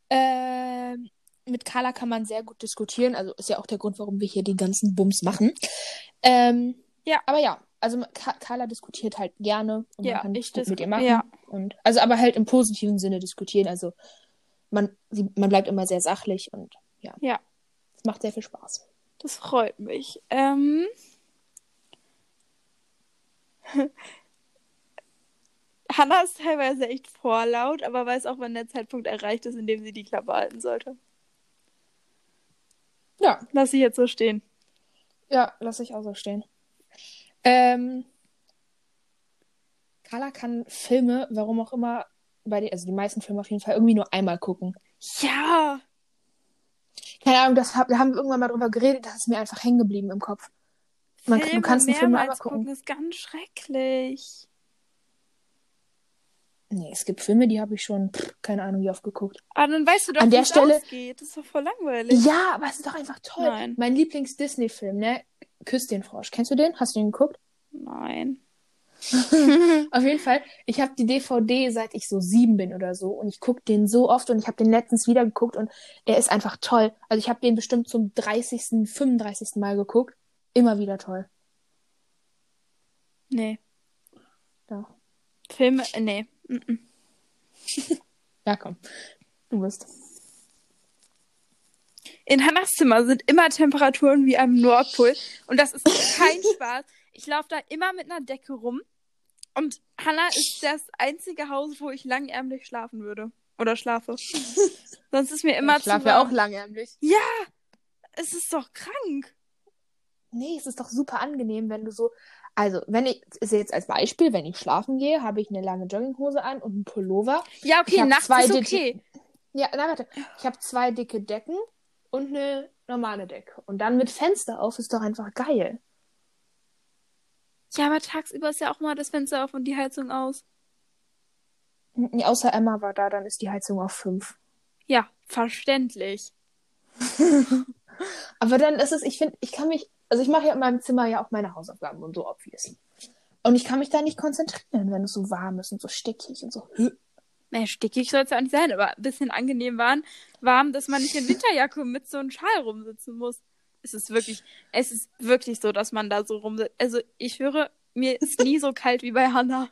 Speaker 1: Ähm, mit Carla kann man sehr gut diskutieren. Also ist ja auch der Grund, warum wir hier die ganzen Bums machen. Ähm,
Speaker 2: Ja.
Speaker 1: aber ja, also Ka Carla diskutiert halt gerne und
Speaker 2: Ja,
Speaker 1: man kann
Speaker 2: ich
Speaker 1: gut mit ihr
Speaker 2: disku-
Speaker 1: machen.
Speaker 2: ja.
Speaker 1: Und, also aber halt im positiven Sinne diskutieren. Also man, sie, man bleibt immer sehr sachlich und ja.
Speaker 2: Ja.
Speaker 1: Es macht sehr viel Spaß.
Speaker 2: Das freut mich. Ähm. <laughs> Hannah ist teilweise echt vorlaut, aber weiß auch, wann der Zeitpunkt erreicht ist, in dem sie die Klappe halten sollte.
Speaker 1: Ja,
Speaker 2: Lass ich jetzt so stehen.
Speaker 1: Ja, lass ich auch so stehen. Ähm, Carla kann Filme, warum auch immer, bei den, also die meisten Filme auf jeden Fall, irgendwie nur einmal gucken.
Speaker 2: Ja!
Speaker 1: Keine Ahnung, das hab, da haben wir irgendwann mal drüber geredet, das ist mir einfach hängen geblieben im Kopf. Man, du kannst einen Film nur einmal
Speaker 2: mehrmals
Speaker 1: gucken.
Speaker 2: ist ganz schrecklich.
Speaker 1: Nee, es gibt Filme, die habe ich schon, pff, keine Ahnung, wie oft geguckt.
Speaker 2: Ah, dann weißt du doch,
Speaker 1: An der
Speaker 2: wie's
Speaker 1: Stelle-
Speaker 2: ausgeht. Das ist doch voll langweilig.
Speaker 1: Ja, aber es ist doch einfach toll.
Speaker 2: Nein.
Speaker 1: Mein Lieblings-Disney-Film, ne? Küss den Frosch. Kennst du den? Hast du den geguckt?
Speaker 2: Nein.
Speaker 1: Auf jeden Fall, ich habe die DVD, seit ich so sieben bin oder so. Und ich gucke den so oft und ich habe den letztens wieder geguckt und er ist einfach toll. Also ich habe den bestimmt zum 30., 35. Mal geguckt. Immer wieder toll.
Speaker 2: Nee.
Speaker 1: Ja,
Speaker 2: Filme, äh, nee. Mhm.
Speaker 1: ja komm. Du bist.
Speaker 2: In Hannahs Zimmer sind immer Temperaturen wie am Nordpol. Und das ist
Speaker 1: <laughs>
Speaker 2: kein Spaß. Ich laufe da immer mit einer Decke rum. Und Hannah ist das einzige Haus, wo ich langärmlich schlafen würde.
Speaker 1: <laughs>
Speaker 2: Oder schlafe. Sonst ist mir immer
Speaker 1: ich schlafe
Speaker 2: zu
Speaker 1: ja auch
Speaker 2: warm.
Speaker 1: langärmlich.
Speaker 2: Es ist doch krank.
Speaker 1: Nee, es ist doch super angenehm, wenn du so. Also, wenn ich, ist ja jetzt als Beispiel, wenn ich schlafen gehe, habe ich eine lange Jogginghose an und einen Pullover.
Speaker 2: Ja, okay,
Speaker 1: Ich hab
Speaker 2: nachts
Speaker 1: zwei
Speaker 2: ist
Speaker 1: Dete-
Speaker 2: okay.
Speaker 1: Ja, na warte. Ich habe zwei dicke Decken und eine normale Decke. Und dann mit Fenster auf ist doch einfach geil.
Speaker 2: Ja, aber tagsüber ist ja auch mal das Fenster auf und die Heizung aus.
Speaker 1: Mhm, Außer Emma war da, dann ist die Heizung auf fünf.
Speaker 2: Ja, verständlich.
Speaker 1: Aber dann ist es, ich finde, ich kann mich, also ich mache ja in meinem Zimmer ja auch meine Hausaufgaben und so obvious. Und ich kann mich da nicht konzentrieren, wenn es so warm ist und so stickig und so.
Speaker 2: Naja, stickig soll es ja auch nicht sein, aber ein bisschen angenehm warm, warm, dass man nicht in Winterjacke mit so einem Schal rumsitzen muss. Es ist wirklich, es ist wirklich so, dass man da so rumsitzt. Also ich höre, mir ist nie so kalt wie bei Hannah.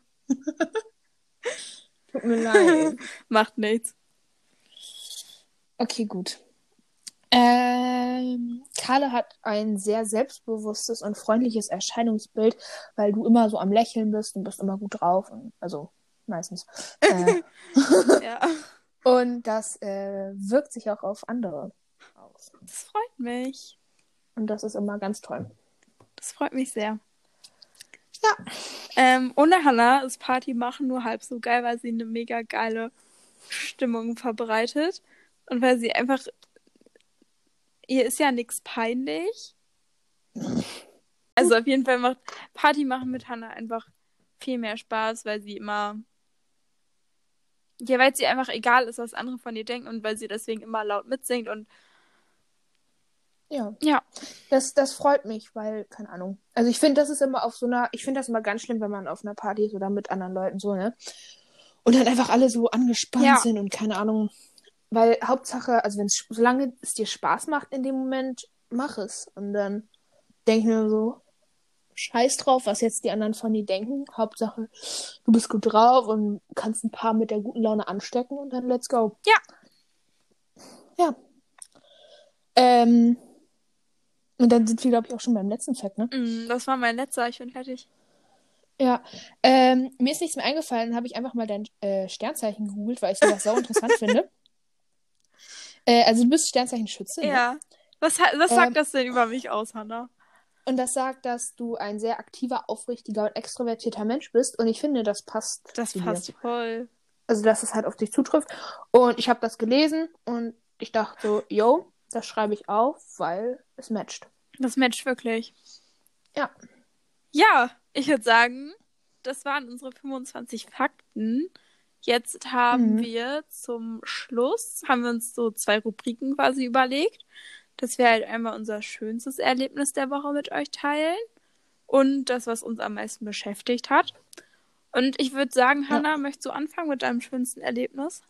Speaker 1: Tut mir leid.
Speaker 2: Macht nichts.
Speaker 1: Okay, gut. Ähm, Carla hat ein sehr selbstbewusstes und freundliches Erscheinungsbild, weil du immer so am Lächeln bist und bist immer gut drauf. Und, also meistens. Äh,
Speaker 2: Ja,
Speaker 1: und das äh, wirkt sich auch auf andere aus.
Speaker 2: das freut mich.
Speaker 1: Und das ist immer ganz toll.
Speaker 2: Das freut mich sehr.
Speaker 1: Ja.
Speaker 2: Ähm, ohne Hannah ist Party machen nur halb so geil, weil sie eine mega geile Stimmung verbreitet. Und weil sie einfach. Ihr ist ja nichts peinlich. Also auf jeden Fall macht Party machen mit Hannah einfach viel mehr Spaß, weil sie immer. Ja, weil sie einfach egal ist, was andere von ihr denken und weil sie deswegen immer laut mitsingt und
Speaker 1: Ja.
Speaker 2: Ja.
Speaker 1: Das, das freut mich, weil, keine Ahnung. Also ich finde, das ist immer auf so einer, ich finde das immer ganz schlimm, wenn man auf einer Party ist oder mit anderen Leuten so, ne? Und dann einfach alle so angespannt
Speaker 2: Ja.
Speaker 1: sind und keine Ahnung. Weil Hauptsache, also wenn es, solange es dir Spaß macht in dem Moment, mach es. Und dann denke ich mir so, scheiß drauf, was jetzt die anderen von dir denken. Hauptsache, du bist gut drauf und kannst ein paar mit der guten Laune anstecken und dann let's go.
Speaker 2: Ja.
Speaker 1: Ja. Ähm, und dann sind wir, glaube ich, auch schon beim letzten Fact, ne?
Speaker 2: Mm, das war mein letzter, ich bin fertig.
Speaker 1: Ja. Ähm, mir ist nichts mehr eingefallen, habe ich einfach mal dein äh, Sternzeichen gegoogelt, weil ich sowas sau <laughs> interessant finde. Äh, also du bist Sternzeichen Schütze, ne?
Speaker 2: Ja. Was, ha- was
Speaker 1: Ähm.
Speaker 2: sagt das denn über mich aus, Hannah?
Speaker 1: Und das sagt, dass du ein sehr aktiver, aufrichtiger und extrovertierter Mensch bist. Und ich finde, das passt.
Speaker 2: Das
Speaker 1: zu dir.
Speaker 2: passt voll.
Speaker 1: Also, dass es halt auf dich zutrifft. Und ich habe das gelesen und ich dachte so, yo, das schreibe ich auf, weil es matcht.
Speaker 2: Das matcht wirklich.
Speaker 1: Ja.
Speaker 2: Ja, ich würde sagen, das waren unsere 25 Fakten. Jetzt haben
Speaker 1: Mhm.
Speaker 2: wir zum Schluss, haben wir uns so zwei Rubriken quasi überlegt, dass wir halt einmal unser schönstes Erlebnis der Woche mit euch teilen und das, was uns am meisten beschäftigt hat. Und ich würde sagen, Hannah, möchtest du anfangen mit deinem schönsten Erlebnis?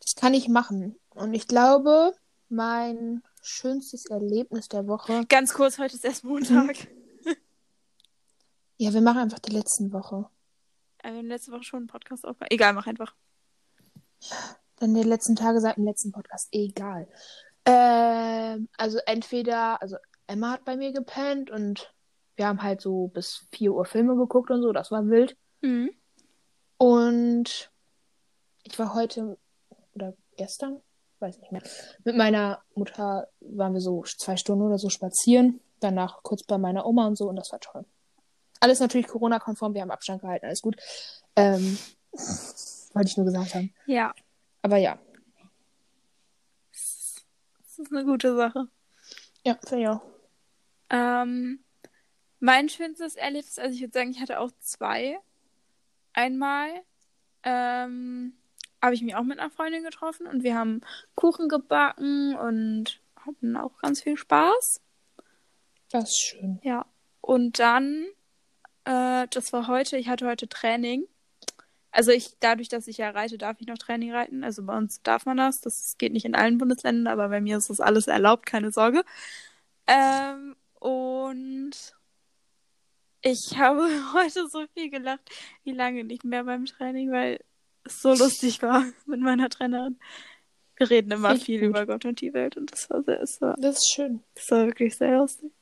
Speaker 1: Das kann ich machen. Und ich glaube, mein schönstes Erlebnis der Woche.
Speaker 2: Ganz kurz, heute ist erst Montag.
Speaker 1: Ja, wir machen einfach die letzten Woche.
Speaker 2: Äh, Wir haben letzte Woche schon einen Podcast aufgenommen. Egal, mach einfach.
Speaker 1: Dann die letzten Tage seit dem letzten Podcast. Egal. Ähm, also entweder, also Emma hat bei mir gepennt und wir haben halt so bis 4 Uhr Filme geguckt und so, das war wild.
Speaker 2: Mhm.
Speaker 1: Und ich war heute oder gestern, weiß nicht mehr, mit meiner Mutter waren wir so zwei Stunden oder so spazieren. Danach kurz bei meiner Oma und so und das war toll. Alles natürlich Corona-konform, wir haben Abstand gehalten, alles gut. Ähm, wollte ich nur gesagt haben.
Speaker 2: Ja,
Speaker 1: Aber ja,
Speaker 2: das ist eine gute Sache.
Speaker 1: ja, finde ich auch.
Speaker 2: Ähm, mein schönstes Erlebnis, also ich würde sagen, ich hatte auch zwei. Einmal ähm, habe ich mich auch mit einer Freundin getroffen und wir haben Kuchen gebacken und hatten auch ganz viel Spaß.
Speaker 1: Das ist schön.
Speaker 2: Ja. Und dann Äh, das war heute. Ich hatte heute Training. Also ich, dadurch, dass ich ja reite, darf ich noch Training reiten. Also bei uns darf man das. Das geht nicht in allen Bundesländern, aber bei mir ist das alles erlaubt, keine Sorge. Ähm, und ich habe <laughs> heute so viel gelacht, wie lange nicht mehr beim Training, weil es so lustig war <laughs> mit meiner Trainerin. Wir reden immer
Speaker 1: Richtig
Speaker 2: viel
Speaker 1: gut.
Speaker 2: über Gott und die Welt und das war sehr, es war
Speaker 1: Das ist schön.
Speaker 2: das war wirklich sehr lustig.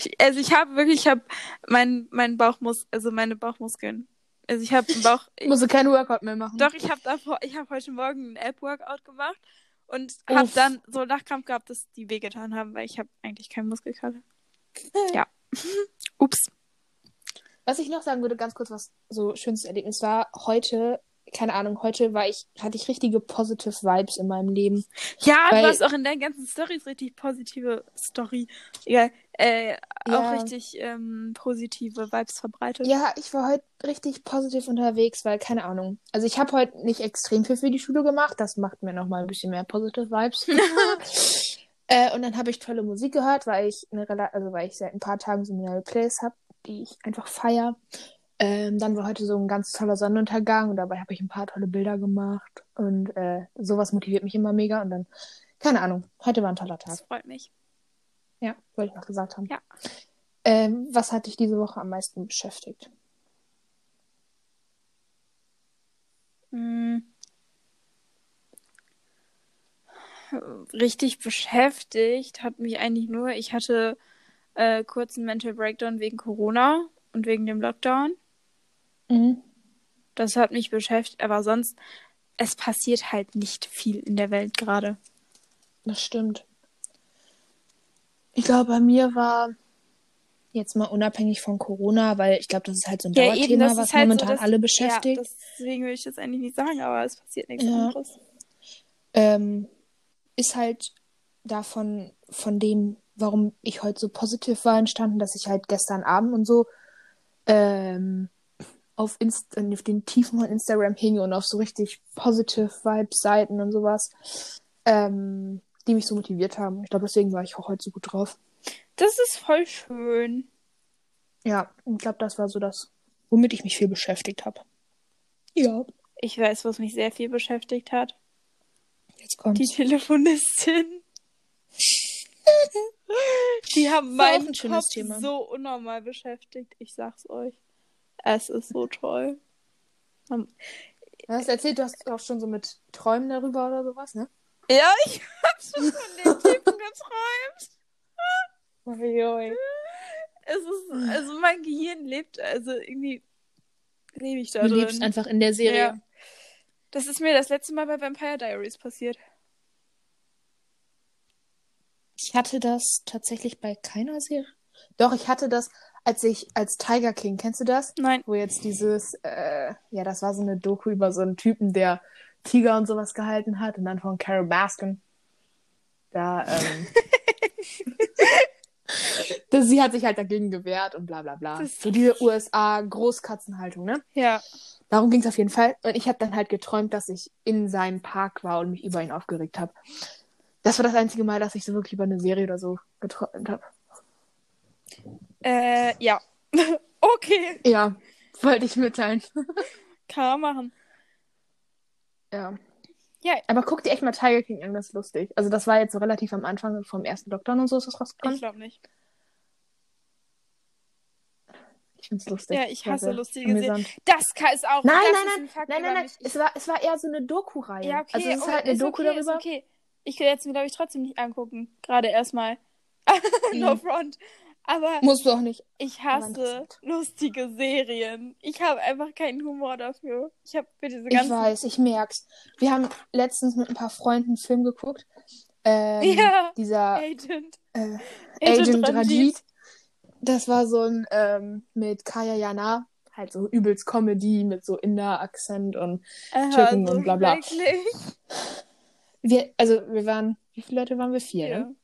Speaker 2: Ich, also ich habe wirklich, ich habe mein, mein Bauchmus, also meine Bauchmuskeln. Also ich habe
Speaker 1: <laughs>
Speaker 2: einen Bauch. Ich,
Speaker 1: Musst du keinen Workout mehr machen.
Speaker 2: doch, ich habe davor, ich habe heute Morgen ein App-Workout gemacht und habe
Speaker 1: Uff.
Speaker 2: dann so Lachkrampf gehabt, dass die wehgetan haben, weil ich habe eigentlich
Speaker 1: <laughs>
Speaker 2: keinen Muskelkater. Ja. <laughs> Ups.
Speaker 1: Was ich noch sagen würde, ganz kurz, was so schönes Erlebnis war, heute, keine Ahnung, heute war ich, hatte ich richtige positive Vibes in meinem Leben.
Speaker 2: Ja,
Speaker 1: Weil-
Speaker 2: du hast auch in deinen ganzen Stories richtig positive Story. Egal. Äh,
Speaker 1: Ja.
Speaker 2: Auch richtig ähm, positive Vibes verbreitet.
Speaker 1: Ja, ich war heute richtig positiv unterwegs, weil, keine Ahnung. Also ich habe heute nicht extrem viel für die Schule gemacht. Das macht mir nochmal ein bisschen mehr positive Vibes. <laughs> äh, und dann habe ich tolle Musik gehört, weil ich eine Rela also weil ich seit ein paar Tagen so eine neue Playlist habe, die ich einfach feier. Ähm, dann war heute so ein ganz toller Sonnenuntergang und dabei habe ich ein paar tolle Bilder gemacht. Und äh, sowas motiviert mich immer mega. Und dann, keine Ahnung, heute war ein toller Tag.
Speaker 2: Das freut mich.
Speaker 1: Ja, wollte ich noch gesagt haben.
Speaker 2: Ja.
Speaker 1: Ähm, was hat dich diese Woche am meisten beschäftigt?
Speaker 2: Mm. Richtig beschäftigt hat mich eigentlich nur, ich hatte äh, kurz einen Mental Breakdown wegen Corona und wegen dem Lockdown.
Speaker 1: Mhm.
Speaker 2: Das hat mich beschäftigt, aber sonst, es passiert halt nicht viel in der Welt gerade.
Speaker 1: Das stimmt. Ich glaube, bei mir war jetzt mal unabhängig von Corona, weil ich glaube, das ist halt so ein
Speaker 2: Ja, eben,
Speaker 1: Dauerthema,
Speaker 2: das ist
Speaker 1: was
Speaker 2: halt so,
Speaker 1: momentan
Speaker 2: dass-
Speaker 1: alle
Speaker 2: Ja,
Speaker 1: beschäftigt.
Speaker 2: deswegen will ich das eigentlich nicht sagen, aber es passiert nichts
Speaker 1: Ja.
Speaker 2: anderes.
Speaker 1: ähm, ist halt davon, von dem, warum ich heute so positiv war, entstanden, dass ich halt gestern Abend und so ähm, auf, Inst äh, auf den Tiefen von Instagram hing und auf so richtig positive Vibes-Seiten und sowas, ähm, die mich so motiviert haben. Ich glaube, deswegen war ich auch heute so gut drauf.
Speaker 2: Das ist voll schön.
Speaker 1: Ja, ich glaube, das war so das, womit ich mich viel beschäftigt habe. Ja,
Speaker 2: Ich weiß, was mich sehr viel beschäftigt hat.
Speaker 1: jetzt kommt.
Speaker 2: Die Telefonistin. Die haben
Speaker 1: War auch
Speaker 2: meinen
Speaker 1: ein schönes
Speaker 2: Kopf
Speaker 1: Thema.
Speaker 2: so unnormal beschäftigt. Ich sag's euch. Es ist so toll.
Speaker 1: Du hast erzählt, du hast auch schon so mit Träumen darüber oder sowas, ne?
Speaker 2: Ja, ich hab schon von <laughs> den Typen geträumt.
Speaker 1: Uiuiui.
Speaker 2: Es ist, also mein Gehirn lebt, also irgendwie lebe ich da
Speaker 1: Du
Speaker 2: drin.
Speaker 1: lebst einfach in der Serie.
Speaker 2: Ja. Das ist mir das letzte Mal bei Vampire Diaries passiert.
Speaker 1: Ich hatte das tatsächlich bei keiner Serie. Doch, ich hatte das, als ich, als Tiger King, kennst du das?
Speaker 2: Nein.
Speaker 1: Wo jetzt dieses, äh, ja, das war so eine Doku über so einen Typen, der Tiger und sowas gehalten hat und dann von Carol Baskin. Da, ähm. <laughs> das, sie hat sich halt dagegen gewehrt und bla bla bla.
Speaker 2: Das-
Speaker 1: So diese USA-Großkatzenhaltung, ne?
Speaker 2: Ja.
Speaker 1: Darum ging es auf jeden Fall. Und ich habe dann halt geträumt, dass ich in seinem Park war und mich über ihn aufgeregt habe. Das war das einzige Mal, dass ich so wirklich über eine Serie oder so geträumt habe.
Speaker 2: Äh, ja. <laughs> okay.
Speaker 1: Ja, wollte ich mitteilen.
Speaker 2: Kann man machen.
Speaker 1: Ja.
Speaker 2: Ja.
Speaker 1: Aber guck dir echt mal Tiger King an, das ist lustig. Also das war jetzt so relativ am Anfang vom ersten Lockdown und so ist das
Speaker 2: Ich
Speaker 1: rausgekommen.
Speaker 2: glaube nicht.
Speaker 1: Ich, find's lustig.
Speaker 2: Ja, ich hasse
Speaker 1: Sehr
Speaker 2: lustige
Speaker 1: amüsant.
Speaker 2: Das kann ist auch.
Speaker 1: Nein,
Speaker 2: das
Speaker 1: nein,
Speaker 2: ist ein Fakt
Speaker 1: Nein,
Speaker 2: über
Speaker 1: nein, nein.
Speaker 2: mich. Ich
Speaker 1: Es war, es war eher so eine Doku-Reihe.
Speaker 2: Ja, okay.
Speaker 1: Also es ist
Speaker 2: oh,
Speaker 1: halt eine
Speaker 2: ist
Speaker 1: Doku
Speaker 2: okay,
Speaker 1: darüber.
Speaker 2: Ist okay. Ich werde jetzt mir, glaube ich, trotzdem nicht angucken. Gerade erstmal. <laughs> no
Speaker 1: Mhm.
Speaker 2: front. Aber
Speaker 1: Musst du auch nicht.
Speaker 2: ich
Speaker 1: aber
Speaker 2: hasse
Speaker 1: interessant.
Speaker 2: lustige Serien. Ich habe einfach keinen Humor dafür. Ich habe für diese
Speaker 1: Ich
Speaker 2: ganzen.
Speaker 1: weiß, ich merk's. Wir haben letztens mit ein paar Freunden einen Film geguckt. Ähm,
Speaker 2: <laughs> Ja.
Speaker 1: Dieser
Speaker 2: Agent.
Speaker 1: äh,
Speaker 2: Agent
Speaker 1: Agent
Speaker 2: Ranjit.
Speaker 1: Rajit. Das war so ein ähm, mit Kaya Jana, halt so übelst Comedy mit so Inder-Akzent und
Speaker 2: Aha,
Speaker 1: Türken
Speaker 2: so
Speaker 1: und bla bla.
Speaker 2: Wirklich.
Speaker 1: wir, also wir waren, wie viele Leute waren wir? Vier,
Speaker 2: Ja.
Speaker 1: ne?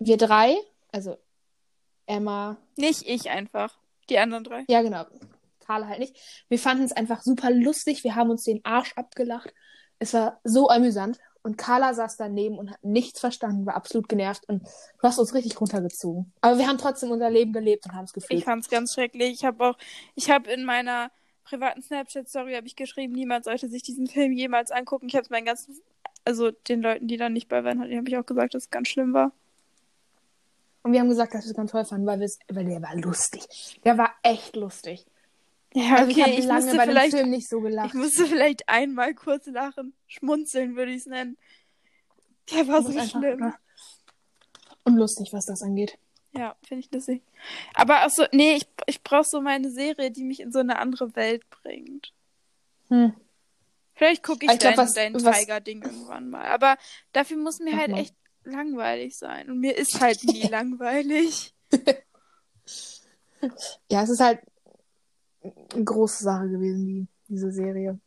Speaker 1: Wir drei, also Emma,
Speaker 2: Nicht ich einfach. Die anderen drei.
Speaker 1: ja genau, Karl halt nicht. Wir fanden es einfach super lustig, wir haben uns den Arsch abgelacht. Es war so amüsant Und Carla saß daneben und hat nichts verstanden, war absolut genervt und du hast uns richtig runtergezogen. Aber wir haben trotzdem unser Leben gelebt und haben es
Speaker 2: Ich
Speaker 1: gefühlt.
Speaker 2: fand's ganz schrecklich. Ich habe auch, ich habe in meiner privaten Snapchat-Story habe ich geschrieben, niemand sollte sich diesen Film jemals angucken. Ich habe es meinen ganzen, also den Leuten, die da nicht bei waren, habe ich auch gesagt, dass es ganz schlimm war.
Speaker 1: Und wir haben gesagt, dass wir es ganz toll fanden, weil, wir's- weil der war lustig. Der war echt lustig.
Speaker 2: Ja,
Speaker 1: also ich
Speaker 2: okay,
Speaker 1: habe
Speaker 2: ich,
Speaker 1: lange
Speaker 2: musste
Speaker 1: bei dem
Speaker 2: vielleicht,
Speaker 1: Film nicht so
Speaker 2: ich
Speaker 1: gelacht.
Speaker 2: musste vielleicht einmal kurz lachen. Schmunzeln würde ich es nennen. Der war
Speaker 1: Das
Speaker 2: so
Speaker 1: ist einfach-
Speaker 2: schlimm.
Speaker 1: Und lustig, was das angeht.
Speaker 2: Ja, finde ich lustig. Aber auch so, nee, ich, ich brauche so meine Serie, die mich in so eine andere Welt bringt.
Speaker 1: Hm.
Speaker 2: Vielleicht gucke ich,
Speaker 1: Ich glaub,
Speaker 2: dein,
Speaker 1: was-
Speaker 2: dein
Speaker 1: was-
Speaker 2: Tiger-Ding irgendwann mal. Aber dafür muss mir
Speaker 1: Mach
Speaker 2: halt
Speaker 1: mal.
Speaker 2: echt langweilig sein. Und mir ist halt
Speaker 1: <laughs>
Speaker 2: nie langweilig.
Speaker 1: Ja, es ist halt eine große Sache gewesen, die, diese Serie.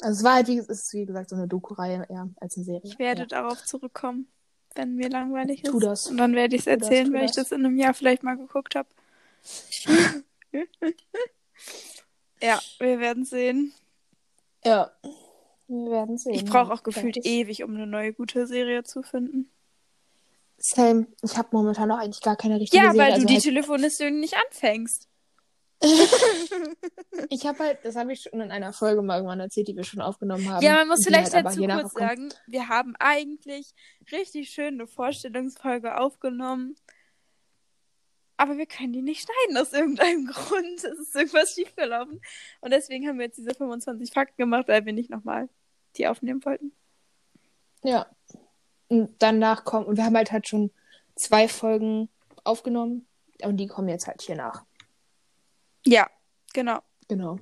Speaker 1: Also es war halt, wie, es ist wie gesagt, so eine Doku-Reihe eher als eine Serie.
Speaker 2: Ich werde darauf zurückkommen, wenn mir langweilig ist.
Speaker 1: Tu das.
Speaker 2: Und dann werde ich es
Speaker 1: das,
Speaker 2: erzählen,
Speaker 1: tu
Speaker 2: weil ich
Speaker 1: das.
Speaker 2: das in einem Jahr vielleicht mal geguckt habe. <laughs> ja, wir werden sehen.
Speaker 1: ja. ja. Wir werden sehen.
Speaker 2: Ich brauche auch gefühlt
Speaker 1: Denke ich.
Speaker 2: ewig, um eine neue gute Serie zu finden.
Speaker 1: Same. Ich habe momentan auch eigentlich gar keine richtige
Speaker 2: Ja,
Speaker 1: Serie.
Speaker 2: weil du
Speaker 1: also
Speaker 2: die
Speaker 1: halt,
Speaker 2: Telefonistin nicht anfängst.
Speaker 1: Ich habe halt, das habe ich schon in einer Folge mal irgendwann erzählt, die wir schon aufgenommen haben.
Speaker 2: Ja, man muss
Speaker 1: die
Speaker 2: vielleicht
Speaker 1: halt aber
Speaker 2: dazu
Speaker 1: hier
Speaker 2: kurz
Speaker 1: nachkommt.
Speaker 2: sagen, wir haben eigentlich richtig schön eine Vorstellungsfolge aufgenommen. Aber wir können die nicht schneiden aus irgendeinem <laughs> Grund. Es ist irgendwas schiefgelaufen. Und deswegen haben wir jetzt diese 25 Fakten gemacht, weil wir nicht nochmal die aufnehmen wollten.
Speaker 1: Ja. Und danach kommen, und wir haben halt halt schon zwei Folgen aufgenommen und die kommen jetzt halt hier nach.
Speaker 2: Ja, genau.
Speaker 1: Genau.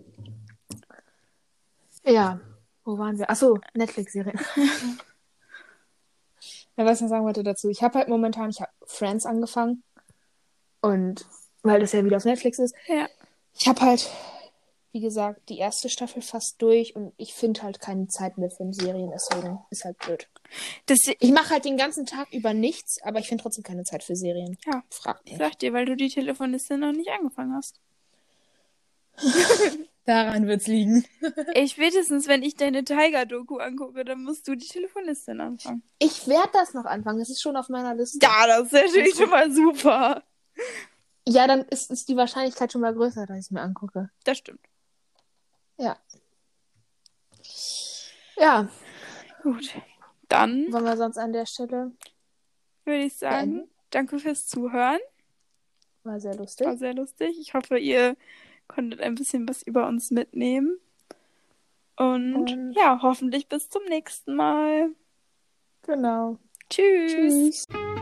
Speaker 1: Ja, wo waren wir? Achso, Netflix-Serien. <laughs> ja, was ich noch sagen wollte dazu. Ich habe halt momentan, ich habe Friends angefangen. Und weil das ja wieder auf Netflix ist.
Speaker 2: Ja.
Speaker 1: Ich habe halt, wie gesagt, die erste Staffel fast durch und ich finde halt keine Zeit mehr für Serien, deswegen ist halt blöd.
Speaker 2: Das,
Speaker 1: Ich mache halt den ganzen Tag über nichts, aber ich finde trotzdem keine Zeit für Serien.
Speaker 2: Ja.
Speaker 1: Frag
Speaker 2: ich
Speaker 1: mich.
Speaker 2: sag dir, weil du die Telefonistin noch nicht angefangen <laughs> hast.
Speaker 1: Daran wird's liegen.
Speaker 2: Ey, spätestens, wenn ich deine Tiger-Doku angucke, dann musst du die Telefonistin anfangen.
Speaker 1: Ich werde das noch anfangen. Das ist schon auf meiner Liste.
Speaker 2: Ja, das ist natürlich schon mal super.
Speaker 1: Ja, dann ist, ist die Wahrscheinlichkeit schon mal größer, dass ich es mir angucke.
Speaker 2: Das stimmt.
Speaker 1: Ja,
Speaker 2: Gut. Dann
Speaker 1: wollen wir sonst an der Stelle.
Speaker 2: würde ich sagen,
Speaker 1: Beenden.
Speaker 2: danke fürs Zuhören.
Speaker 1: War sehr lustig.
Speaker 2: War sehr lustig. Ich hoffe, ihr konntet ein bisschen was über uns mitnehmen. Und
Speaker 1: Und-
Speaker 2: ja, hoffentlich bis zum nächsten Mal.
Speaker 1: Genau.
Speaker 2: Tschüss.
Speaker 1: Tschüss.